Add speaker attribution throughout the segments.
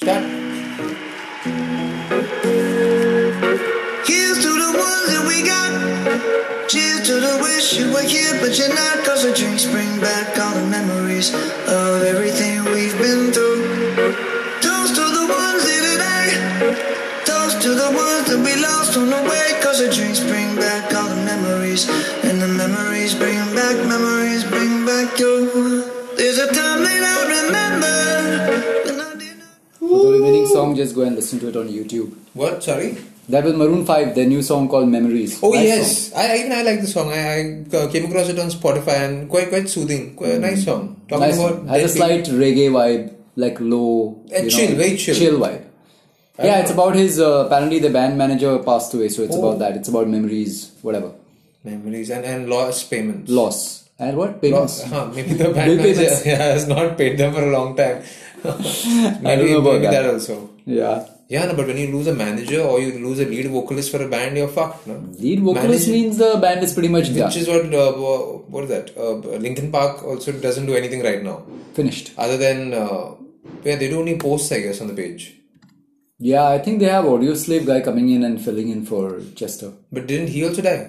Speaker 1: That
Speaker 2: Here's to the ones that we got. Cheers to the wish you were here, but you're not. Cause the drinks bring back all the memories of everything we've been through. Toast to the ones here today. Toast to the ones that we lost on the way. Cause the drinks bring back all the memories. And the memories bring back, memories bring back you. There's a time that I remember. When I did not
Speaker 3: For the remaining song, just go and listen to it on YouTube.
Speaker 1: what? Sorry.
Speaker 3: That was Maroon 5, their new song called Memories.
Speaker 1: Oh
Speaker 3: Nice song.
Speaker 1: yes, I even I like the song. I, I uh, came across it on Spotify and quite quite soothing. Quite a nice song. Talking
Speaker 3: Hmm. Nice
Speaker 1: about
Speaker 3: one. Has a
Speaker 1: dead
Speaker 3: slight reggae vibe, like low,
Speaker 1: Uh, chill, very chill.
Speaker 3: chill vibe. yeah, it's about his. Uh, apparently, the band manager passed away, so it's
Speaker 1: Oh.
Speaker 3: about that. It's about memories, whatever,
Speaker 1: people, memories and and lost payments.
Speaker 3: loss and what payments.
Speaker 1: Lost. Huh, maybe the band
Speaker 3: Bill
Speaker 1: manager
Speaker 3: payments.
Speaker 1: yeah, has not paid them for a long time. maybe
Speaker 3: I don't know about
Speaker 1: maybe
Speaker 3: that.
Speaker 1: that also.
Speaker 3: Yeah,
Speaker 1: Yeah, no, but when you lose a manager or you lose a lead vocalist for a band, you're fucked. No?
Speaker 3: lead vocalist
Speaker 1: Manager-
Speaker 3: means the band is pretty much done,
Speaker 1: Which is what uh, wha- what is that? Uh, Linkin Park also doesn't do anything right now,
Speaker 3: finished.
Speaker 1: other than uh, yeah, they do only posts I guess on the page.
Speaker 3: Yeah, I think they have Audio Slave guy coming in and filling in for Chester.
Speaker 1: But didn't he also die?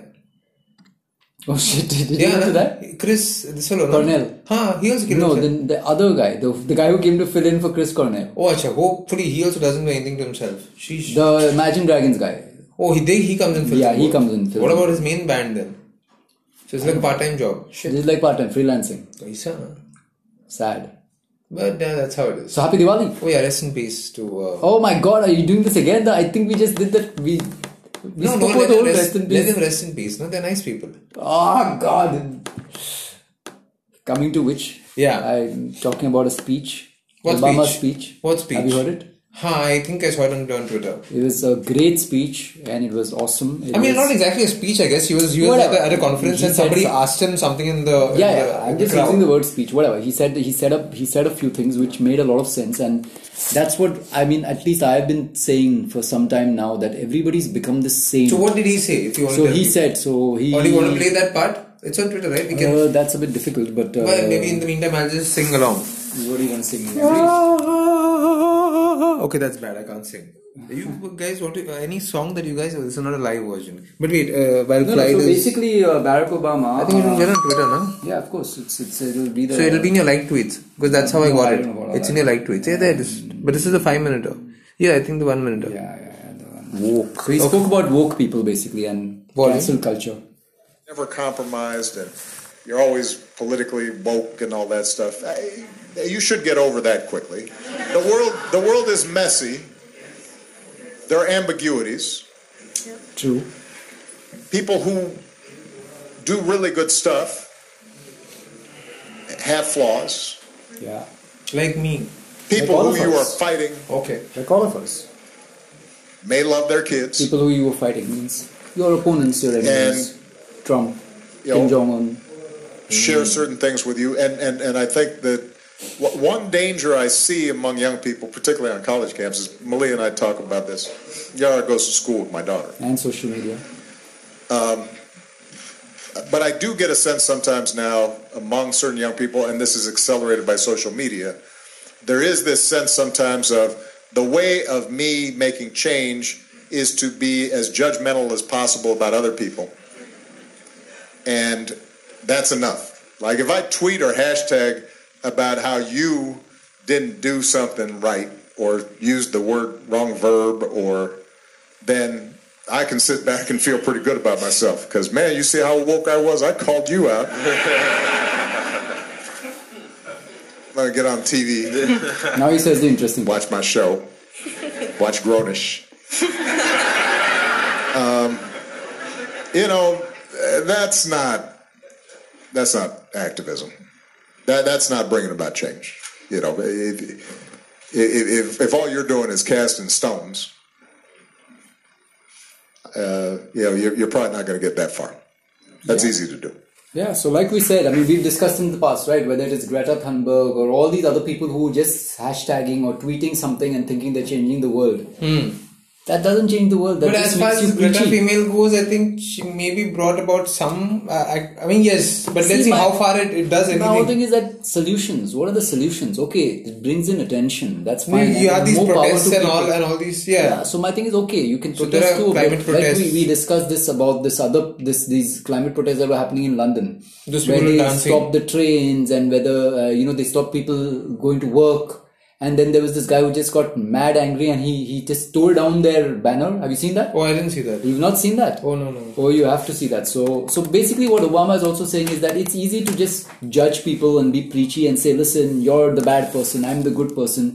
Speaker 3: Oh shit! Did you
Speaker 1: Yeah,
Speaker 3: do
Speaker 1: no,
Speaker 3: that?
Speaker 1: Chris, this fellow, no?
Speaker 3: Cornell.
Speaker 1: Huh, he also killed
Speaker 3: No,
Speaker 1: himself.
Speaker 3: then the other guy, the, the guy who came to fill in for Chris Cornell,
Speaker 1: Oh, acha, hopefully he also doesn't do anything to himself. Sheesh.
Speaker 3: the Imagine Dragons guy.
Speaker 1: Oh, he they, he comes in fills
Speaker 3: Yeah,
Speaker 1: the
Speaker 3: he
Speaker 1: board.
Speaker 3: comes in fills
Speaker 1: What
Speaker 3: the
Speaker 1: about his main band then? So it's like a part-time job. Shit.
Speaker 3: This is like part time freelancing.
Speaker 1: Kaisa.
Speaker 3: Sad.
Speaker 1: But yeah, that's how it is.
Speaker 3: So happy Diwali.
Speaker 1: Oh yeah, rest in peace to... Uh,
Speaker 3: Oh my god, are you doing this again? I think we just did that. We, we
Speaker 1: no,
Speaker 3: spoke
Speaker 1: no,
Speaker 3: about the
Speaker 1: let them,
Speaker 3: whole
Speaker 1: rest,
Speaker 3: rest in
Speaker 1: let
Speaker 3: peace.
Speaker 1: them rest in peace. No, they're nice people.
Speaker 3: Oh god. Coming to which?
Speaker 1: Yeah.
Speaker 3: I'm talking about a speech.
Speaker 1: What
Speaker 3: Obama
Speaker 1: speech?
Speaker 3: speech.
Speaker 1: What speech?
Speaker 3: Have you heard it?
Speaker 1: Huh, I think I saw it on, on Twitter.
Speaker 3: It was a great speech and it was awesome. It
Speaker 1: I mean,
Speaker 3: was,
Speaker 1: not exactly a speech, I guess. He was, he was at,
Speaker 3: Whatever.
Speaker 1: a, at a conference
Speaker 3: He
Speaker 1: and
Speaker 3: said
Speaker 1: somebody
Speaker 3: so-
Speaker 1: asked him something in the... in
Speaker 3: yeah,
Speaker 1: the-
Speaker 3: yeah. I'm
Speaker 1: in the
Speaker 3: just
Speaker 1: crowd.
Speaker 3: using the word speech. Whatever he said, he set up, he said a few things which made a lot of sense, and that's what I mean. At least I've been saying for some time now that everybody's become the same.
Speaker 1: So what did he say? If you want
Speaker 3: So
Speaker 1: to
Speaker 3: he
Speaker 1: tell me?
Speaker 3: said. So he.
Speaker 1: Or do you want to play that part? It's on Twitter, right? We can.
Speaker 3: Uh, that's a bit difficult, but uh,
Speaker 1: well, maybe in the meantime, I'll just sing along.
Speaker 3: what are you gonna sing?
Speaker 1: Okay, that's bad. I can't sing. You guys, what do- uh, any song that you guys? Oh, this is not a live version. But wait, uh, while
Speaker 3: No, no,
Speaker 1: Clyde
Speaker 3: so
Speaker 1: is,
Speaker 3: basically, uh, Barack Obama.
Speaker 1: I think it will
Speaker 3: uh,
Speaker 1: get on Twitter, no?
Speaker 3: yeah, of course, it's, it's it'll be the.
Speaker 1: So it'll be in your like tweets because that's how I
Speaker 3: No,
Speaker 1: got
Speaker 3: I
Speaker 1: it.
Speaker 3: don't know about
Speaker 1: It's in your like tweets. Yeah, there it is. But this is a five minute. Yeah, I think the one minute.
Speaker 3: Yeah, yeah, yeah. the one. Woke. So he spoke about woke people basically and
Speaker 1: Volume.
Speaker 3: cancel culture.
Speaker 4: never compromised and you're always politically woke and all that stuff. I, you should get over that quickly. The world, the world is messy. There are ambiguities.
Speaker 3: True.
Speaker 4: People who do really good stuff have flaws.
Speaker 3: Yeah.
Speaker 1: Like me.
Speaker 4: People
Speaker 3: all
Speaker 4: who
Speaker 3: of
Speaker 4: you are
Speaker 3: us.
Speaker 4: fighting
Speaker 1: Okay.
Speaker 3: Like all of us,
Speaker 4: may love their kids.
Speaker 3: people who you were fighting means your opponents, your enemies, Trump,
Speaker 4: You
Speaker 3: Kim
Speaker 4: know,
Speaker 3: Jong Un.
Speaker 4: share certain things with you. And, and, and I think that w- one danger I see among young people, particularly on college campuses, Malia and I talk about this. Yara goes to school with my daughter.
Speaker 3: And social media.
Speaker 4: But I do get a sense sometimes now among certain young people, and this is accelerated by social media, there is this sense sometimes of the way of me making change is to be as judgmental as possible about other people. And that's enough. Like if I tweet or hashtag about how you didn't do something right or used the word wrong verb or then I can sit back and feel pretty good about myself. Because, man, you see how woke I was? I called you out. I'm going to get on TV,
Speaker 3: Now he says the interesting part.
Speaker 4: watch my show, watch Grownish. um, you know, uh, that's not that's not activism. That that's not bringing about change. You know, if if, if, if all you're doing is casting stones, uh, you know, you're, you're probably not going to get that far. That's easy to do.
Speaker 3: Yeah, so like we said, I mean, we've discussed in the past, right? Whether it is Greta Thunberg or all these other people who just hashtagging or tweeting something and thinking they're changing the world. That doesn't change the world. That
Speaker 1: But
Speaker 3: just
Speaker 1: as far
Speaker 3: makes
Speaker 1: as
Speaker 3: you
Speaker 1: Greta
Speaker 3: preachy.
Speaker 1: female goes, I think she maybe brought about some. Uh, I, I mean, yes, but let's
Speaker 3: See,
Speaker 1: see
Speaker 3: my-
Speaker 1: how far it, it does
Speaker 3: My whole thing
Speaker 1: anything.
Speaker 3: is that solutions. What are the solutions? Okay, it brings in attention. That's
Speaker 1: You,
Speaker 3: fine.
Speaker 1: you have these
Speaker 3: More power to
Speaker 1: protests and all
Speaker 3: people.
Speaker 1: and all these.
Speaker 3: Yeah,
Speaker 1: Yeah,
Speaker 3: so my thing is okay. You can
Speaker 1: So
Speaker 3: protest
Speaker 1: there are
Speaker 3: too,
Speaker 1: climate
Speaker 3: but like we,
Speaker 1: protests.
Speaker 3: we discussed this about this other this these climate protests that were happening in London,
Speaker 1: Those
Speaker 3: where
Speaker 1: people
Speaker 3: they
Speaker 1: dancing.
Speaker 3: stopped the trains and whether uh, you know they stopped people going to work. And then there was this guy who just got mad angry and he he just tore down their banner. Have you seen that?
Speaker 1: Oh, I didn't see that.
Speaker 3: You've not seen that?
Speaker 1: Oh, no, no.
Speaker 3: Oh, you have to see that. So, so basically, what Obama is also saying is that it's easy to just judge people and be preachy and say, "Listen, you're the bad person. I'm the good person."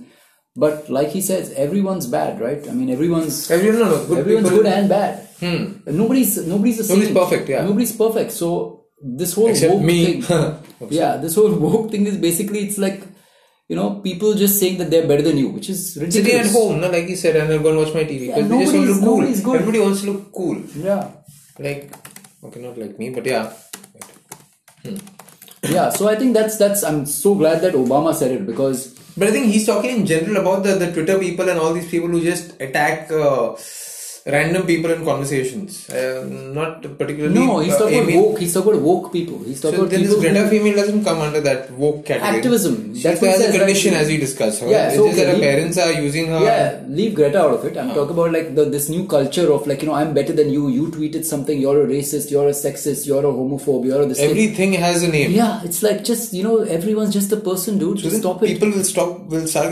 Speaker 3: But like he says, everyone's bad, right? I mean, everyone's
Speaker 1: Everyone, no, no, good
Speaker 3: everyone's
Speaker 1: people. Hmm.
Speaker 3: good and bad. Nobody's nobody's the
Speaker 1: Nobody's
Speaker 3: same.
Speaker 1: perfect, yeah.
Speaker 3: Nobody's perfect. So this whole
Speaker 1: Except
Speaker 3: woke
Speaker 1: me.
Speaker 3: thing, yeah, this whole woke thing is basically it's like you know people just saying that they're better than you, which is ridiculous.
Speaker 1: Sitting at home, no, like you said, and I'll go and watch my TV
Speaker 3: Yeah,
Speaker 1: because they
Speaker 3: nobody's-
Speaker 1: just want to look cool.
Speaker 3: nobody's good.
Speaker 1: Everybody wants to look cool.
Speaker 3: Yeah.
Speaker 1: Like, okay, not like me, but yeah.
Speaker 3: yeah so i think that's that's i'm so glad that obama said it because
Speaker 1: But I think he's talking in general about the, the Twitter people and all these people who just attack uh, random people in conversations. Uh, not particularly.
Speaker 3: no he's
Speaker 1: uh,
Speaker 3: talking about
Speaker 1: aiming-
Speaker 3: woke he's talking about woke people he's talking
Speaker 1: So
Speaker 3: about
Speaker 1: then this
Speaker 3: people
Speaker 1: Greta
Speaker 3: who,
Speaker 1: female doesn't come under that woke category.
Speaker 3: Activism,
Speaker 1: She
Speaker 3: that's
Speaker 1: has
Speaker 3: what it
Speaker 1: a
Speaker 3: says,
Speaker 1: condition
Speaker 3: right?
Speaker 1: as we discussed. Her.
Speaker 3: Yeah,
Speaker 1: it's
Speaker 3: so
Speaker 1: just that her
Speaker 3: he-
Speaker 1: parents are using her.
Speaker 3: yeah leave greta out of it i'm
Speaker 1: uh,
Speaker 3: talking about like the, this new culture of like you know i'm better than you you tweeted something you're a racist you're a sexist you're a homophobe you're a this thing.
Speaker 1: Everything has a name.
Speaker 3: yeah it's like just you know everyone's just a person dude
Speaker 1: So
Speaker 3: just
Speaker 1: then
Speaker 3: stop it
Speaker 1: people will stop. Will start.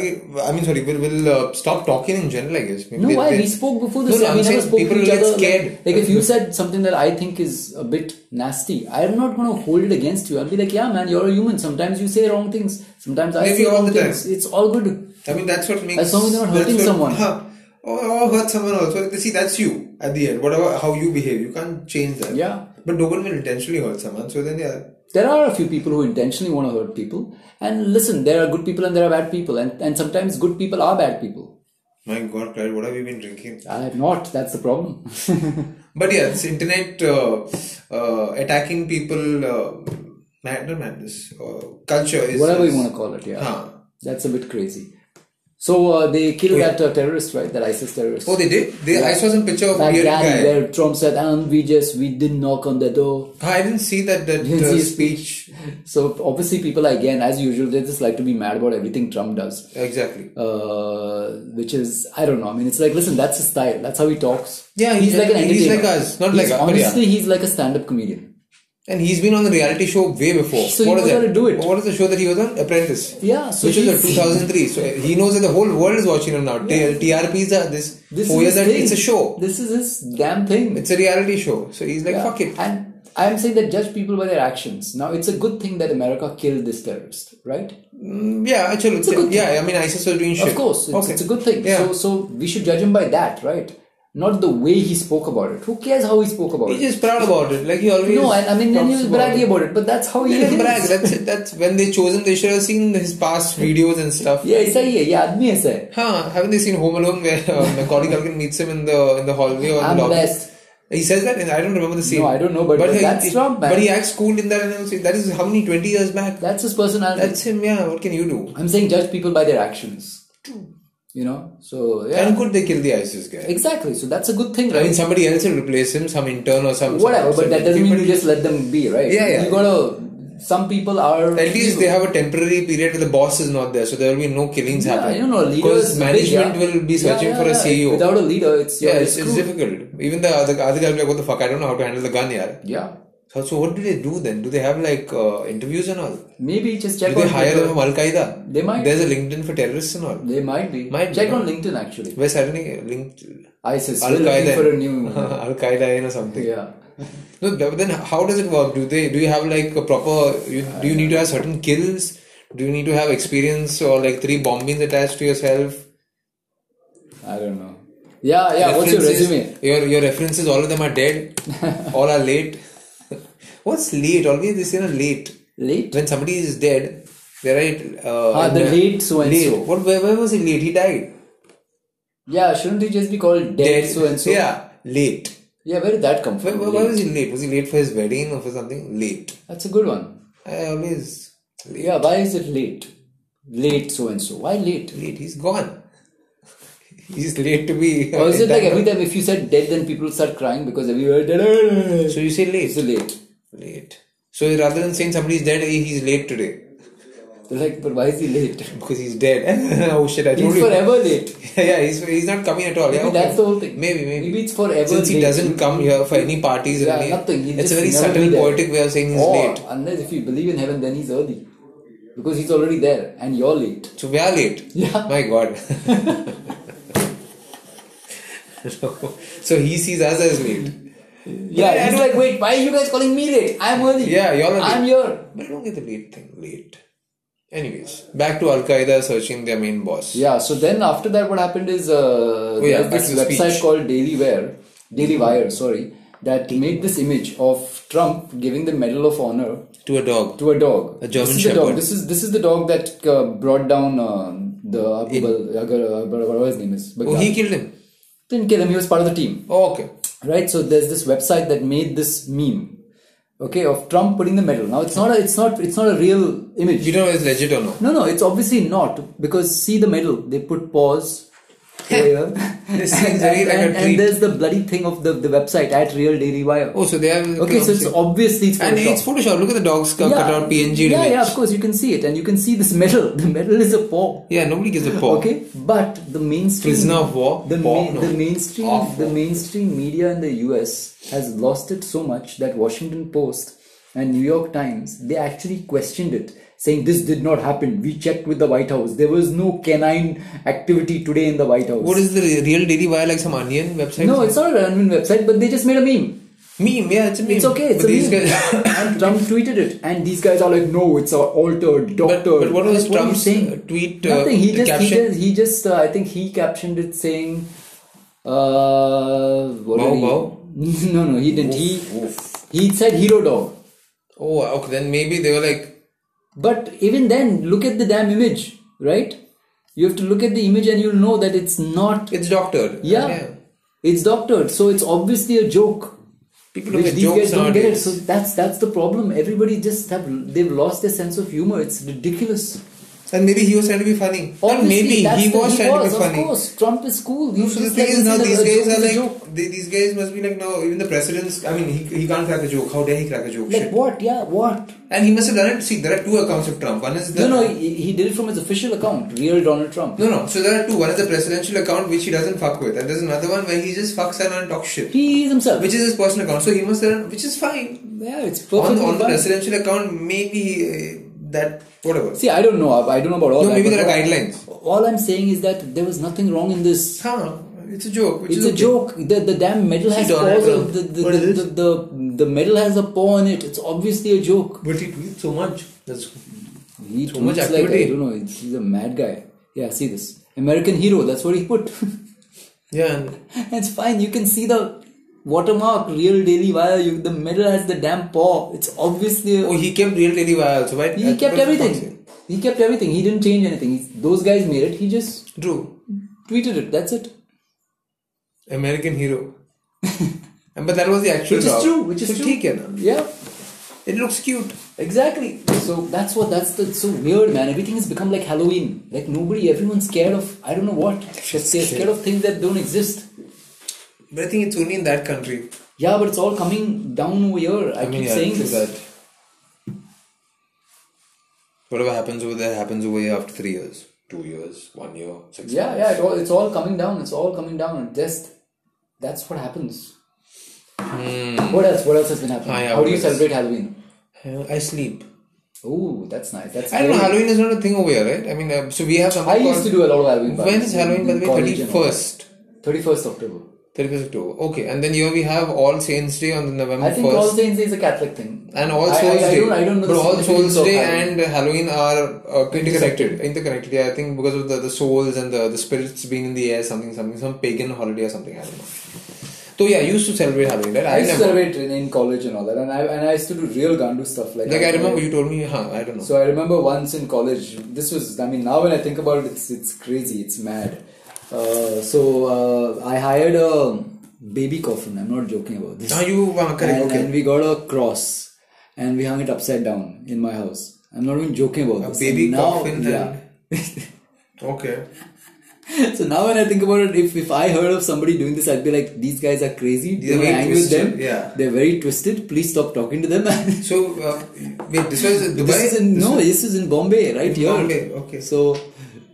Speaker 1: I mean, sorry. Will will uh, stop talking in general. I guess. Maybe
Speaker 3: No,
Speaker 1: they-
Speaker 3: why?
Speaker 1: they-
Speaker 3: We spoke before this.
Speaker 1: No, no,
Speaker 3: we
Speaker 1: I'm
Speaker 3: never
Speaker 1: saying
Speaker 3: spoke
Speaker 1: people
Speaker 3: to each
Speaker 1: get
Speaker 3: other.
Speaker 1: scared.
Speaker 3: Like, if you said something that I think is a bit nasty, I'm not going to hold it against you. I'll be like, yeah, man, you're a human. Sometimes you say wrong things. Sometimes I
Speaker 1: Maybe
Speaker 3: say
Speaker 1: all
Speaker 3: wrong
Speaker 1: the
Speaker 3: things. It's all good.
Speaker 1: I mean, that's what makes.
Speaker 3: As long as you're not
Speaker 1: that's
Speaker 3: hurting
Speaker 1: what-
Speaker 3: someone.
Speaker 1: Huh. Or, or hurt someone also. See, that's you at the end. Whatever, how you behave, you can't change that.
Speaker 3: Yeah.
Speaker 1: But no one will intentionally hurt someone. So then, yeah.
Speaker 3: There are a few people who intentionally want to hurt people. And listen, there are good people and there are bad people. And, and sometimes good people are bad people.
Speaker 1: My God, Clyde, what have you been drinking?
Speaker 3: I have not. That's the problem.
Speaker 1: But yeah, it's internet uh, uh, attacking people. Uh, mad, not madness. Uh, culture is uh,
Speaker 3: Whatever
Speaker 1: is,
Speaker 3: you want to call it, yeah.
Speaker 1: Huh.
Speaker 3: That's a bit crazy. So uh, they killed that uh, terrorist, right? That ISIS terrorist.
Speaker 1: Oh, they did. They, I saw some picture of
Speaker 3: that
Speaker 1: weird
Speaker 3: rally
Speaker 1: guy.
Speaker 3: where Trump said, and we just, we didn't knock on the door.
Speaker 1: Huh, I didn't see that that
Speaker 3: didn't
Speaker 1: uh,
Speaker 3: see his
Speaker 1: speech.
Speaker 3: So obviously people, again, as usual, they just like to be mad about everything Trump does.
Speaker 1: Exactly.
Speaker 3: Uh, which is, I don't know. I mean, it's like, listen, that's his style. That's how he talks.
Speaker 1: Yeah,
Speaker 3: he's
Speaker 1: he-
Speaker 3: like an
Speaker 1: he's
Speaker 3: entertainer.
Speaker 1: like us, not like
Speaker 3: He's-
Speaker 1: us, but yeah.
Speaker 3: Honestly, he's like a stand-up comedian.
Speaker 1: And he's been on the reality show way before.
Speaker 3: So he
Speaker 1: what was
Speaker 3: knows how
Speaker 1: that?
Speaker 3: to do it.
Speaker 1: What was the show that he was on? Apprentice.
Speaker 3: Yeah, so
Speaker 1: which was
Speaker 3: he's-
Speaker 1: in 2003. So uh, he knows that the whole world is watching him now. T- TRPs are this,
Speaker 3: This
Speaker 1: four
Speaker 3: is
Speaker 1: years
Speaker 3: his
Speaker 1: Oh, that
Speaker 3: thing.
Speaker 1: it's a show.
Speaker 3: This is his damn thing.
Speaker 1: It's a reality show. So he's like,
Speaker 3: Yeah.
Speaker 1: fuck it.
Speaker 3: And I'm saying that judge people by their actions. Now, it's a good thing that America killed this terrorist, right?
Speaker 1: Mm, Yeah, actually, it's
Speaker 3: a good
Speaker 1: yeah. I mean, ISIS was doing shit.
Speaker 3: Of course, it's,
Speaker 1: okay.
Speaker 3: it's a good thing.
Speaker 1: Yeah.
Speaker 3: So, so we should judge him by that, right? Not the way he spoke about it. Who cares how he spoke about
Speaker 1: he's
Speaker 3: it?
Speaker 1: just proud about it. Like he always.
Speaker 3: No, and I mean, then
Speaker 1: talks
Speaker 3: he'll
Speaker 1: about
Speaker 3: brag
Speaker 1: it.
Speaker 3: about it, but that's how he
Speaker 1: He'll
Speaker 3: is.
Speaker 1: brag. That's it. That's when they chose him. They should have seen his past videos and stuff.
Speaker 3: ये ऐसा ही है ये आदमी ऐसा है
Speaker 1: Huh? Haven't they seen Home Alone where uh, Macaulay Culkin meets him in the in the hallway or
Speaker 3: I'm
Speaker 1: the lobby?
Speaker 3: blessed.
Speaker 1: He says that, and I don't remember the scene.
Speaker 3: I don't know, but- but
Speaker 1: he-
Speaker 3: that's
Speaker 1: he-
Speaker 3: Trump, man.
Speaker 1: But he acts cool in that, and also- that is how many twenty years back.
Speaker 3: that's his personality
Speaker 1: That's him. Yeah. What can you do?
Speaker 3: I'm saying judge people by their actions you know so yeah
Speaker 1: And could they kill the ISIS guy?
Speaker 3: exactly so that's a good thing
Speaker 1: I mean,
Speaker 3: right
Speaker 1: somebody else will replace him, some intern or some
Speaker 3: whatever
Speaker 1: some-
Speaker 3: but that doesn't mean
Speaker 1: somebody-
Speaker 3: you just let them be right
Speaker 1: Yeah, yeah.
Speaker 3: you gotta some people are
Speaker 1: At least they have a temporary period where the boss is not there, so there will be no killings
Speaker 3: yeah,
Speaker 1: happening.
Speaker 3: you know leaders
Speaker 1: because management will be searching for a CEO.
Speaker 3: without a leader it's
Speaker 1: yeah,
Speaker 3: you're
Speaker 1: it's, it's
Speaker 3: screwed.
Speaker 1: difficult. Even the other, other guy will be like, "What the fuck? I don't know how to handle the gun, yeah."
Speaker 3: yeah
Speaker 1: So, so what do they do then? Do they have like uh, interviews and all?
Speaker 3: maybe just check
Speaker 1: Do they
Speaker 3: on
Speaker 1: hire
Speaker 3: Twitter.
Speaker 1: them from Al Qaeda?
Speaker 3: They might.
Speaker 1: There's a LinkedIn for terrorists and all.
Speaker 3: They might be.
Speaker 1: Might be,
Speaker 3: Check
Speaker 1: no?
Speaker 3: on LinkedIn actually.
Speaker 1: Where suddenly linked
Speaker 3: ISIS.
Speaker 1: Al
Speaker 3: We're looking
Speaker 1: Qaeda
Speaker 3: for a new.
Speaker 1: Al Qaeda or something.
Speaker 3: yeah.
Speaker 1: No, but then how does it work? Do they do you have like a proper? You, do you need to have certain kills? Do you need to have experience or like three bombings attached to yourself?
Speaker 3: I don't know. Yeah, yeah. What's your
Speaker 1: References?
Speaker 3: resume?
Speaker 1: Your your references, all of them are dead. all are late. What's late? Always they say no, late.
Speaker 3: Late.
Speaker 1: When somebody is dead, they write. Uh,
Speaker 3: Ah,
Speaker 1: in
Speaker 3: the late so and
Speaker 1: late.
Speaker 3: so.
Speaker 1: What? Where, where was he late? He died.
Speaker 3: Yeah. Shouldn't he just be called dead, so and so?
Speaker 1: Yeah, late.
Speaker 3: Yeah. Where did that come
Speaker 1: Why,
Speaker 3: from?
Speaker 1: why, why
Speaker 3: Late.
Speaker 1: was he late? Was he late for his wedding or for something? Late.
Speaker 3: That's a good one.
Speaker 1: I always late.
Speaker 3: Yeah. Why is it late? Late so and so. Why late?
Speaker 1: Late. He's gone. He's late to be.
Speaker 3: Or Oh, is it like every time if you said dead, then people start crying because everywhere dead?
Speaker 1: So you say late.
Speaker 3: It's late.
Speaker 1: Late. So rather than saying somebody's dead, hey, he's late today
Speaker 3: They're like, but why is he late?
Speaker 1: because he's dead. oh shit! I told
Speaker 3: He's
Speaker 1: you.
Speaker 3: forever late.
Speaker 1: yeah, he's, he's not coming at all. Yeah,
Speaker 3: Maybe
Speaker 1: okay.
Speaker 3: that's the whole thing.
Speaker 1: Maybe, maybe.
Speaker 3: Maybe it's forever
Speaker 1: Since he
Speaker 3: late.
Speaker 1: doesn't come here for any parties
Speaker 3: Yeah,
Speaker 1: or any,
Speaker 3: nothing. He'll
Speaker 1: It's
Speaker 3: just
Speaker 1: a very
Speaker 3: never
Speaker 1: subtle
Speaker 3: be there. Oh.
Speaker 1: poetic way of saying he's
Speaker 3: or,
Speaker 1: late.
Speaker 3: Unless if you believe in heaven, then he's early. Because he's already there and you're late.
Speaker 1: So we are late.
Speaker 3: Yeah.
Speaker 1: My God. so he sees us as late.
Speaker 3: Yeah,
Speaker 1: I
Speaker 3: he's
Speaker 1: don't-
Speaker 3: like, wait, why are you guys calling me late? I'm early.
Speaker 1: Yeah, you're not
Speaker 3: I'm
Speaker 1: late.
Speaker 3: here.
Speaker 1: But I don't get the late thing. Late. Anyways, back to Al Qaeda searching their main boss.
Speaker 3: Yeah, so then after that, what happened is uh,
Speaker 1: Oh, yeah, back
Speaker 3: there's
Speaker 1: to
Speaker 3: this
Speaker 1: the
Speaker 3: website
Speaker 1: speech.
Speaker 3: called Daily Wire, Daily Wire, sorry, that made this image of Trump giving the Medal of Honor
Speaker 1: To a dog.
Speaker 3: to a dog.
Speaker 1: A German
Speaker 3: this is the dog.
Speaker 1: Shepherd.
Speaker 3: This is this is the dog that uh, brought down uh, the Abu Bal, Agar- Agar- whatever his name is.
Speaker 1: Oh,
Speaker 3: Baghdad.
Speaker 1: he killed him.
Speaker 3: didn't kill him. He was part of the team.
Speaker 1: Oh, okay.
Speaker 3: right so there's this website that made this meme okay of trump putting the medal now it's not a, it's not it's not a real image
Speaker 1: You don't know if it's legit or not.
Speaker 3: no no it's obviously not because see the medal they put pause here
Speaker 1: This seems very
Speaker 3: and,
Speaker 1: like a
Speaker 3: and,
Speaker 1: treat.
Speaker 3: and there's the bloody thing of the, the website at real daily wire
Speaker 1: Oh, so they have.
Speaker 3: okay so it's obviously it's
Speaker 1: And
Speaker 3: Photoshop.
Speaker 1: it's Photoshop. Look at the dog's cu- cut out PNG.
Speaker 3: yeah,
Speaker 1: image.
Speaker 3: yeah, of course you can see it, and you can see this medal. The medal is a paw.
Speaker 1: Yeah, nobody gives a paw.
Speaker 3: Okay, but the mainstream
Speaker 1: Prisoner of war?
Speaker 3: The,
Speaker 1: War?
Speaker 3: ma-
Speaker 1: No.
Speaker 3: the mainstream,
Speaker 1: Of
Speaker 3: the
Speaker 1: war.
Speaker 3: mainstream media in the U.S. has lost it so much that Washington Post and New York Times they actually questioned it, saying this did not happen. We checked with the White House. There was no canine activity today in the White House.
Speaker 1: What is the re- real Daily Wire like some onion website?
Speaker 3: no, it's not a random website, but they just made a meme.
Speaker 1: meme. Yeah, it's a meme.
Speaker 3: It's okay, it's
Speaker 1: but
Speaker 3: a
Speaker 1: these
Speaker 3: meme.
Speaker 1: guys.
Speaker 3: and Trump tweeted it, and these guys are like, no, it's a altered,
Speaker 1: But-
Speaker 3: doctored.
Speaker 1: but what was
Speaker 3: Like, are you
Speaker 1: Trump's,
Speaker 3: saying?
Speaker 1: uh, tweet, uh,
Speaker 3: Nothing. He
Speaker 1: the
Speaker 3: just, he
Speaker 1: caption?
Speaker 3: just, he just. Uh, I think he captioned it saying, uh, what
Speaker 1: Bow,
Speaker 3: did he-
Speaker 1: bow?
Speaker 3: no, no, he didn't. he he said hero dog,
Speaker 1: oh, okay. Then maybe they were like,
Speaker 3: but even then, look at the damn image, right? You have to look at the image, and you'll know that it's not.
Speaker 1: it's doctored.
Speaker 3: Yeah, it's doctored, so it's obviously a joke.
Speaker 1: People
Speaker 3: Which
Speaker 1: look at
Speaker 3: these guys
Speaker 1: jokes
Speaker 3: don't get it.
Speaker 1: nowadays.
Speaker 3: So that's that's the problem. Everybody just have they've lost their sense of humor. It's ridiculous.
Speaker 1: and maybe he was trying to be funny. Or
Speaker 3: Obviously,
Speaker 1: maybe
Speaker 3: that's
Speaker 1: he
Speaker 3: the-
Speaker 1: was trying to
Speaker 3: was,
Speaker 1: be
Speaker 3: of
Speaker 1: funny.
Speaker 3: course, Trump is cool. He's
Speaker 1: So the
Speaker 3: just
Speaker 1: thing
Speaker 3: like,
Speaker 1: is now
Speaker 3: "This
Speaker 1: these
Speaker 3: a
Speaker 1: guys
Speaker 3: joke,
Speaker 1: are
Speaker 3: it's a
Speaker 1: like
Speaker 3: joke."
Speaker 1: they, these guys must be like now even the president's I mean he, he can't crack a joke how dare he crack a joke
Speaker 3: like
Speaker 1: shit
Speaker 3: what? Yeah, what?
Speaker 1: and he must have done it see there are two accounts of Trump one is the
Speaker 3: No, no, he, he did it from his official account, real Donald Trump.
Speaker 1: no no so there are two one is the presidential account which he doesn't fuck with and there's another one where he just fucks around and talks shit
Speaker 3: He is himself.
Speaker 1: which is his personal account so he must have done which is fine
Speaker 3: yeah, it's
Speaker 1: on,
Speaker 3: perfectly
Speaker 1: on the
Speaker 3: fine.
Speaker 1: presidential account maybe uh, that whatever
Speaker 3: See, I don't know. I, I don't know about all.
Speaker 1: No,
Speaker 3: that,
Speaker 1: maybe
Speaker 3: but
Speaker 1: there are
Speaker 3: what-
Speaker 1: guidelines.
Speaker 3: All I'm saying is that there was nothing wrong in this.
Speaker 1: huh, it's a joke which
Speaker 3: It's
Speaker 1: is
Speaker 3: a
Speaker 1: okay.
Speaker 3: joke. The, the damn medal has
Speaker 1: Donald
Speaker 3: paws.
Speaker 1: Trump.
Speaker 3: of- The, the,
Speaker 1: What
Speaker 3: the,
Speaker 1: is
Speaker 3: the, the, the medal has a paw on it. It's obviously a joke.
Speaker 1: but he tweets so much that's
Speaker 3: He
Speaker 1: So much
Speaker 3: tweets like I
Speaker 1: activity.
Speaker 3: don't know. He's he's a mad guy. Yeah, see this American hero. That's what he put.
Speaker 1: yeah and
Speaker 3: it's fine. You can see the watermark. Real Daily Wire. You, the medal has the damn paw. It's obviously.
Speaker 1: oh he kept real daily wire also right
Speaker 3: he kept everything. He kept everything. He didn't change anything. He, those guys made it. He just
Speaker 1: true
Speaker 3: tweeted it. That's it.
Speaker 1: American hero. And- but that was the actual
Speaker 3: Which is
Speaker 1: dog.
Speaker 3: true. Which
Speaker 1: So
Speaker 3: is
Speaker 1: ठीक है
Speaker 3: true.
Speaker 1: ना?
Speaker 3: Yeah.
Speaker 1: It looks cute.
Speaker 3: Exactly. So that's what that's the it's so weird man. Everything has become like Halloween. Like nobody, everyone's scared of I don't know what. They're scared of things that don't exist.
Speaker 1: But I think it's only in that country.
Speaker 3: Yeah, but it's all coming down over here. I,
Speaker 1: I mean,
Speaker 3: keep
Speaker 1: yeah,
Speaker 3: saying
Speaker 1: true
Speaker 3: this.
Speaker 1: that. Whatever happens over there happens over here after three years, two years, one year, six
Speaker 3: Yeah,
Speaker 1: months.
Speaker 3: yeah. It all, it's all coming down. It's all coming down. And just that's what happens.
Speaker 1: Hmm.
Speaker 3: What else? What else has been happening?
Speaker 1: Ah, yeah,
Speaker 3: How do
Speaker 1: what
Speaker 3: you
Speaker 1: else?
Speaker 3: celebrate Halloween?
Speaker 1: Uh, I sleep.
Speaker 3: Oh, that's nice. That's
Speaker 1: I don't know.
Speaker 3: very-
Speaker 1: Halloween is not a thing over here, right? I mean, uh, so we have something.
Speaker 3: I used to do a lot of Halloween.
Speaker 1: When is Halloween? By the way, thirty first.
Speaker 3: Thirty first October.
Speaker 1: 31st October. Okay, and then here we have All Saints Day on the November
Speaker 3: I think
Speaker 1: 1st.
Speaker 3: All Saints Day is a Catholic thing.
Speaker 1: And All
Speaker 3: I- I-
Speaker 1: Souls
Speaker 3: I,
Speaker 1: Day.
Speaker 3: don't, I don't know
Speaker 1: but
Speaker 3: the
Speaker 1: All
Speaker 3: significance
Speaker 1: Souls
Speaker 3: of
Speaker 1: Day
Speaker 3: Halloween.
Speaker 1: and Halloween are uh, interconnected. Interconnected, yeah, I think because of the, the souls and the, the spirits being in the air, something, something, some pagan holiday or something, I don't know. So yeah, I used to celebrate Halloween, right?
Speaker 3: I
Speaker 1: I
Speaker 3: used to
Speaker 1: never.
Speaker 3: celebrate in, in college and all that, and I and I used to do real gandu stuff like.
Speaker 1: Like I remember you told me, huh, I don't know.
Speaker 3: So I remember once in college. This was, I mean, now when I think about it, it's it's crazy. It's mad. Uh, so uh, I hired a baby coffin. I'm not joking about this.
Speaker 1: Ah, you- ah, correct,
Speaker 3: and,
Speaker 1: okay.
Speaker 3: and we got a cross, and we hung it upside down in my house. I'm not even joking about
Speaker 1: A
Speaker 3: this.
Speaker 1: baby
Speaker 3: And now-
Speaker 1: coffin
Speaker 3: Yeah.
Speaker 1: and- Okay.
Speaker 3: So now when I think about it, if, if I heard of somebody doing this, I'd be like, these guys are crazy.
Speaker 1: They're
Speaker 3: Don't
Speaker 1: very
Speaker 3: hang with
Speaker 1: twisted,
Speaker 3: them.
Speaker 1: yeah.
Speaker 3: They're very twisted. Please stop talking to them.
Speaker 1: So, uh, wait, this was Dubai?
Speaker 3: this is in, no, this is in Bombay, right
Speaker 1: In
Speaker 3: here.
Speaker 1: Bombay, okay.
Speaker 3: So,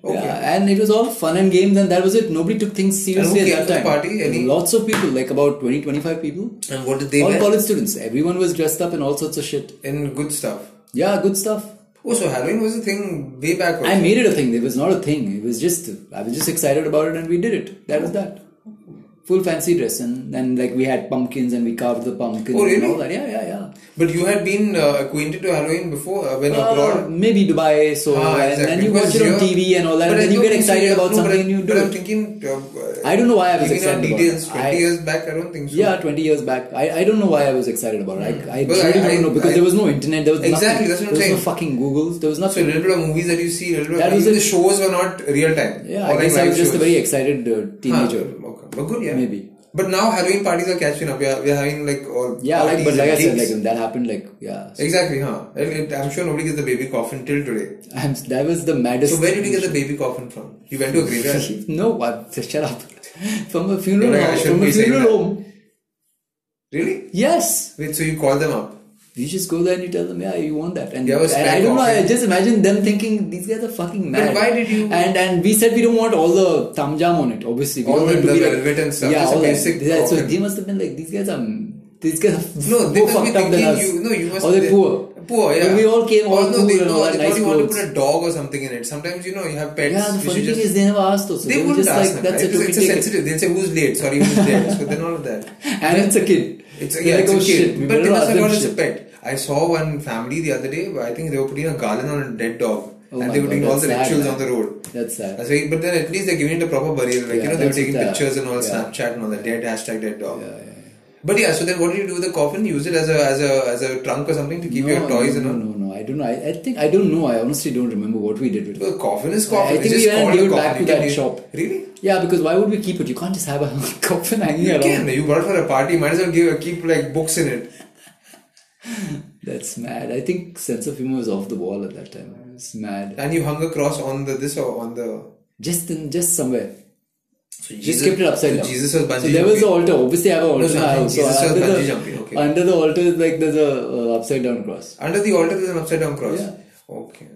Speaker 3: yeah, and it was all fun and games, and that was it. Nobody took things seriously
Speaker 1: And who
Speaker 3: at
Speaker 1: came to the
Speaker 3: that time.
Speaker 1: party? Any-
Speaker 3: Lots of people, like about 20, 25 people.
Speaker 1: And what did they
Speaker 3: all
Speaker 1: wear?
Speaker 3: college students. Everyone was dressed up in all sorts of shit.
Speaker 1: And good stuff.
Speaker 3: Yeah, good stuff.
Speaker 1: Oh, so Halloween was a thing way back. also.
Speaker 3: I made it a thing. It was not a thing. It was just I was just excited about it, and we did it. That was that. Full fancy dress, and and like we had pumpkins, and we carved the pumpkins
Speaker 1: Oh,
Speaker 3: and
Speaker 1: really?
Speaker 3: all that. Yeah, yeah, yeah.
Speaker 1: But you had been uh, acquainted to Halloween before uh, when
Speaker 3: Uh,
Speaker 1: abroad.
Speaker 3: maybe Dubai, so
Speaker 1: Ah,
Speaker 3: and
Speaker 1: exactly.
Speaker 3: then you
Speaker 1: Because
Speaker 3: watch it on
Speaker 1: here-
Speaker 3: TV and all that,
Speaker 1: but
Speaker 3: and
Speaker 1: I
Speaker 3: then you
Speaker 1: don't
Speaker 3: get
Speaker 1: think so,
Speaker 3: excited
Speaker 1: yeah,
Speaker 3: about
Speaker 1: no, but
Speaker 3: something
Speaker 1: I-
Speaker 3: and you do
Speaker 1: But I'm
Speaker 3: it.
Speaker 1: thinking. uh,
Speaker 3: I don't know why I was
Speaker 1: even
Speaker 3: excited
Speaker 1: on
Speaker 3: about
Speaker 1: details
Speaker 3: it.
Speaker 1: 20
Speaker 3: I-
Speaker 1: years back, I don't think so.
Speaker 3: Yeah, 20 years back. I, I don't know why I was excited about it. I, I
Speaker 1: Well,
Speaker 3: really
Speaker 1: Hmm. I-
Speaker 3: don't
Speaker 1: I-
Speaker 3: know because
Speaker 1: I-
Speaker 3: there was no internet. There was
Speaker 1: Exactly,
Speaker 3: nothing.
Speaker 1: that's what I'm
Speaker 3: there
Speaker 1: saying.
Speaker 3: was no fucking Googles. There was
Speaker 1: So
Speaker 3: nothing.
Speaker 1: little bit of movies that you see, little bit
Speaker 3: That
Speaker 1: of,
Speaker 3: was
Speaker 1: even
Speaker 3: it.
Speaker 1: the shows were not real time.
Speaker 3: yeah,
Speaker 1: Or
Speaker 3: I guess
Speaker 1: like
Speaker 3: I was
Speaker 1: live
Speaker 3: just a
Speaker 1: shows.
Speaker 3: very excited uh, teenager.
Speaker 1: Huh, okay. But good, yeah.
Speaker 3: Maybe.
Speaker 1: But now Halloween parties are catching up. We are, we are having like all
Speaker 3: yeah, like
Speaker 1: parties
Speaker 3: but like I
Speaker 1: and
Speaker 3: said,
Speaker 1: gigs.
Speaker 3: like that happened. Like yeah, so
Speaker 1: exactly, huh? And it- I'm sure nobody gets the baby coffin till today.
Speaker 3: I'm, that was the maddest.
Speaker 1: So where did you get the baby coffin from? You went to a graveyard.
Speaker 3: no, what? Shut up. From a funeral
Speaker 1: You're like, I
Speaker 3: home.
Speaker 1: shouldn't
Speaker 3: From a
Speaker 1: be saying
Speaker 3: funeral
Speaker 1: that.
Speaker 3: home.
Speaker 1: really?
Speaker 3: Yes.
Speaker 1: Wait, so you called them up?
Speaker 3: You just go there and you tell them, yeah, you want that. And,
Speaker 1: Yeah, it was
Speaker 3: and
Speaker 1: crack
Speaker 3: I don't know, I
Speaker 1: coffee.
Speaker 3: just imagine them thinking, these guys are fucking mad.
Speaker 1: why did you-
Speaker 3: And and we said we don't want all the tam jam on it, obviously. We
Speaker 1: All
Speaker 3: don't
Speaker 1: the-
Speaker 3: want it to
Speaker 1: the
Speaker 3: be like-
Speaker 1: velvet and stuff,
Speaker 3: Yeah,
Speaker 1: just a
Speaker 3: all that.
Speaker 1: basic
Speaker 3: They said- so
Speaker 1: coffee.
Speaker 3: they must have been like, these guys are. These guys are
Speaker 1: No, they
Speaker 3: more
Speaker 1: must be
Speaker 3: fucked up than
Speaker 1: thinking
Speaker 3: us.
Speaker 1: you. No, you must.
Speaker 3: Or they're
Speaker 1: they-
Speaker 3: poor.
Speaker 1: Poor, yeah.
Speaker 3: But we all came all
Speaker 1: Or
Speaker 3: cool
Speaker 1: no, they,
Speaker 3: and all
Speaker 1: no,
Speaker 3: that
Speaker 1: they
Speaker 3: nice
Speaker 1: probably want to
Speaker 3: clothes.
Speaker 1: put a dog or something in it. Sometimes you know you have pets.
Speaker 3: Yeah, the
Speaker 1: you
Speaker 3: funny thing
Speaker 1: should just-
Speaker 3: is they never asked also.
Speaker 1: they
Speaker 3: were
Speaker 1: wouldn't
Speaker 3: just
Speaker 1: ask
Speaker 3: like,
Speaker 1: them,
Speaker 3: that's
Speaker 1: right?
Speaker 3: a
Speaker 1: Because
Speaker 3: topic
Speaker 1: it's a sensitive. They'll say who's late. Sorry, who's late. So they're not that.
Speaker 3: And it's a kid.
Speaker 1: It's
Speaker 3: They're
Speaker 1: yeah,
Speaker 3: like,
Speaker 1: it's
Speaker 3: oh
Speaker 1: a
Speaker 3: shit, we
Speaker 1: kid. But
Speaker 3: better
Speaker 1: they must
Speaker 3: ask
Speaker 1: have
Speaker 3: them
Speaker 1: got as a
Speaker 3: shit.
Speaker 1: pet. I saw one family the other day. I think they were putting a garland on a dead dog,
Speaker 3: Oh
Speaker 1: and
Speaker 3: my
Speaker 1: they were
Speaker 3: God,
Speaker 1: doing all
Speaker 3: that's
Speaker 1: the
Speaker 3: sad,
Speaker 1: rituals
Speaker 3: man.
Speaker 1: on the road.
Speaker 3: That's sad.
Speaker 1: That's very, but then at least they're giving it a proper burial. Like
Speaker 3: Yeah,
Speaker 1: you know, they were
Speaker 3: that's
Speaker 1: taking
Speaker 3: what the-
Speaker 1: pictures and all,
Speaker 3: yeah.
Speaker 1: Snapchat and all that. Dead hashtag dead dog. But yeah, so then what do you do with the coffin? Use it as a as a as a trunk or something to keep your toys
Speaker 3: no,
Speaker 1: and all.
Speaker 3: no, no, no. I don't know. I, I think I don't know. I honestly don't remember what we did with it.
Speaker 1: The coffin is coffin.
Speaker 3: I
Speaker 1: It's
Speaker 3: think
Speaker 1: just
Speaker 3: we went and
Speaker 1: called a
Speaker 3: gave it
Speaker 1: coffin.
Speaker 3: back to
Speaker 1: You can
Speaker 3: that
Speaker 1: do-
Speaker 3: shop.
Speaker 1: Really?
Speaker 3: Yeah, because why would we keep it? You can't just have a coffin hanging
Speaker 1: You
Speaker 3: around.
Speaker 1: can. You bought it for a party. Might as well give keep like books in it.
Speaker 3: That's mad. I think sense of humor was off the wall at that time. It's mad.
Speaker 1: And you hung a cross on the this or on the.
Speaker 3: Just in, just somewhere.
Speaker 1: So
Speaker 3: Just kept it upside
Speaker 1: so
Speaker 3: down.
Speaker 1: Jesus was bungee.
Speaker 3: so there was the
Speaker 1: jumping.
Speaker 3: altar. Obviously, I have an altar.
Speaker 1: so I
Speaker 3: now,
Speaker 1: think
Speaker 3: so
Speaker 1: Jesus was
Speaker 3: under
Speaker 1: bungee
Speaker 3: the,
Speaker 1: jumping, okay.
Speaker 3: Under the altar is like there's a uh, upside down cross.
Speaker 1: under the altar. There's an upside down cross.
Speaker 3: Yeah.
Speaker 1: Okay.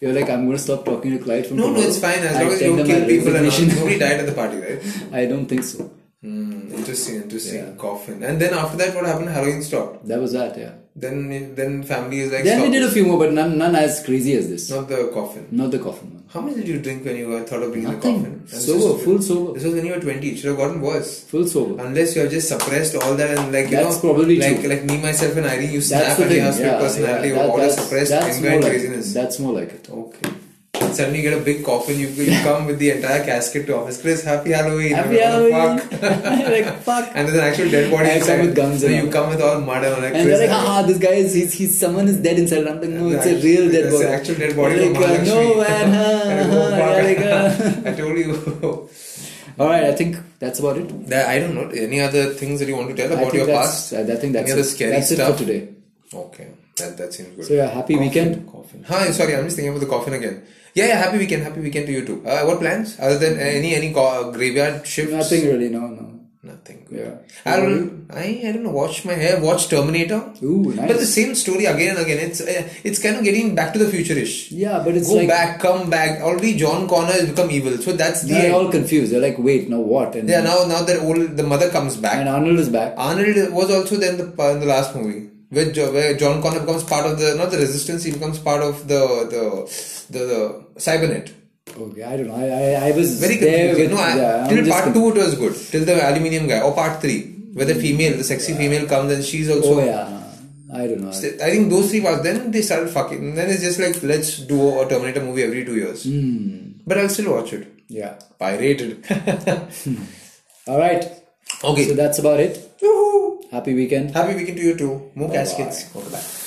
Speaker 3: You're like, I'm gonna stop talking to Clyde from
Speaker 1: No, no,
Speaker 3: tomorrow.
Speaker 1: it's fine as
Speaker 3: I
Speaker 1: long as you
Speaker 3: tender
Speaker 1: don't
Speaker 3: my
Speaker 1: kill people and all.
Speaker 3: resignation.
Speaker 1: nobody died at the party, right?
Speaker 3: I don't think so.
Speaker 1: Hmm. Interesting, interesting. Coffin. And then after that, what happened? Halloween stopped.
Speaker 3: That was that. Yeah.
Speaker 1: Then then family is like.
Speaker 3: Then we
Speaker 1: stop
Speaker 3: did
Speaker 1: it.
Speaker 3: a few more, but none, none as crazy as this.
Speaker 1: Not the coffin.
Speaker 3: Not the coffin one.
Speaker 1: How much did you drink when you were thought of being in the
Speaker 3: Nothing.
Speaker 1: coffin? And this
Speaker 3: Sober,
Speaker 1: was-
Speaker 3: full sober.
Speaker 1: This was when you were 20. It should have gotten worse.
Speaker 3: Full sober.
Speaker 1: Unless you have just suppressed all that and like you
Speaker 3: That's
Speaker 1: know,
Speaker 3: probably
Speaker 1: like
Speaker 3: true.
Speaker 1: like me myself and Irene, you
Speaker 3: That's
Speaker 1: snap
Speaker 3: the
Speaker 1: and you
Speaker 3: thing.
Speaker 1: have split
Speaker 3: Yeah,
Speaker 1: personality,
Speaker 3: yeah,
Speaker 1: you have
Speaker 3: that-
Speaker 1: all the
Speaker 3: that's,
Speaker 1: suppressed
Speaker 3: that's
Speaker 1: anger
Speaker 3: more
Speaker 1: and
Speaker 3: like
Speaker 1: craziness.
Speaker 3: It. That's more like it.
Speaker 1: Okay. Suddenly you get a big coffin. You you come with the entire casket to office. Chris, happy Halloween.
Speaker 3: Happy
Speaker 1: I'm
Speaker 3: Halloween.
Speaker 1: like, fuck.
Speaker 3: like fuck.
Speaker 1: and there's an actual dead body
Speaker 3: I come
Speaker 1: inside.
Speaker 3: with guns
Speaker 1: so
Speaker 3: and
Speaker 1: you
Speaker 3: all.
Speaker 1: come with all mud and all like.
Speaker 3: And they're
Speaker 1: Chris,
Speaker 3: like, haha, this guy is he's, he's someone is dead inside. And I'm like, no,
Speaker 1: Yeah,
Speaker 3: it's a
Speaker 1: actually,
Speaker 3: real dead
Speaker 1: that's
Speaker 3: body.
Speaker 1: the actual dead body
Speaker 3: Like,
Speaker 1: from
Speaker 3: uh, no
Speaker 1: Mahalakshmi.
Speaker 3: man, huh, huh, yeah, like, uh.
Speaker 1: And you go, fuck. I told you.
Speaker 3: All right, I think that's about it.
Speaker 1: That, I don't know. Any other things that you want to tell
Speaker 3: I
Speaker 1: about
Speaker 3: think
Speaker 1: your
Speaker 3: that's
Speaker 1: past?
Speaker 3: I think that's
Speaker 1: Any other
Speaker 3: it.
Speaker 1: scary
Speaker 3: that's
Speaker 1: stuff?
Speaker 3: it for today.
Speaker 1: Okay, that that seems good.
Speaker 3: So yeah, happy weekend.
Speaker 1: Coffin. Hi, sorry, I'm just thinking about the coffin again. Yeah, yeah. Happy weekend. Happy weekend to you too. Uh, what plans other than uh, any any co- graveyard shifts?
Speaker 3: Nothing really. No, no.
Speaker 1: Nothing.
Speaker 3: Yeah.
Speaker 1: I don't. I I don't know. Watch my hair. Watch Terminator.
Speaker 3: Ooh, nice.
Speaker 1: But the same story again and again. It's uh, it's kind of getting back to the future-ish.
Speaker 3: Yeah, but it's
Speaker 1: Go
Speaker 3: like
Speaker 1: back, come back. Already John Connor has become evil. So that's the
Speaker 3: they're
Speaker 1: end.
Speaker 3: all confused. They're like, wait, now what? And
Speaker 1: Yeah. Now now that old the mother comes back.
Speaker 3: and Arnold is back.
Speaker 1: Arnold was also there in the in the last movie. Where, Jo- where John Connor becomes part of the not the resistance, he becomes part of the the the, the cybernet.
Speaker 3: Okay, I don't know. I I, I was
Speaker 1: Very
Speaker 3: there
Speaker 1: confusing.
Speaker 3: with
Speaker 1: no, I,
Speaker 3: yeah, I'm
Speaker 1: till
Speaker 3: just
Speaker 1: part
Speaker 3: con-
Speaker 1: two it was good. Till the aluminium guy or part three, where the female, the sexy female comes and she's also.
Speaker 3: Hmm. Oh yeah, I don't know.
Speaker 1: I think those three parts. Then they started fucking. Then it's just like let's do a Terminator movie every two years. But I'll still watch it.
Speaker 3: Yeah.
Speaker 1: Pirated.
Speaker 3: All right.
Speaker 1: okay.
Speaker 3: So that's about it.
Speaker 1: Woohoo.
Speaker 3: Happy weekend.
Speaker 1: Happy weekend to you too. More caskets. Okay, bye.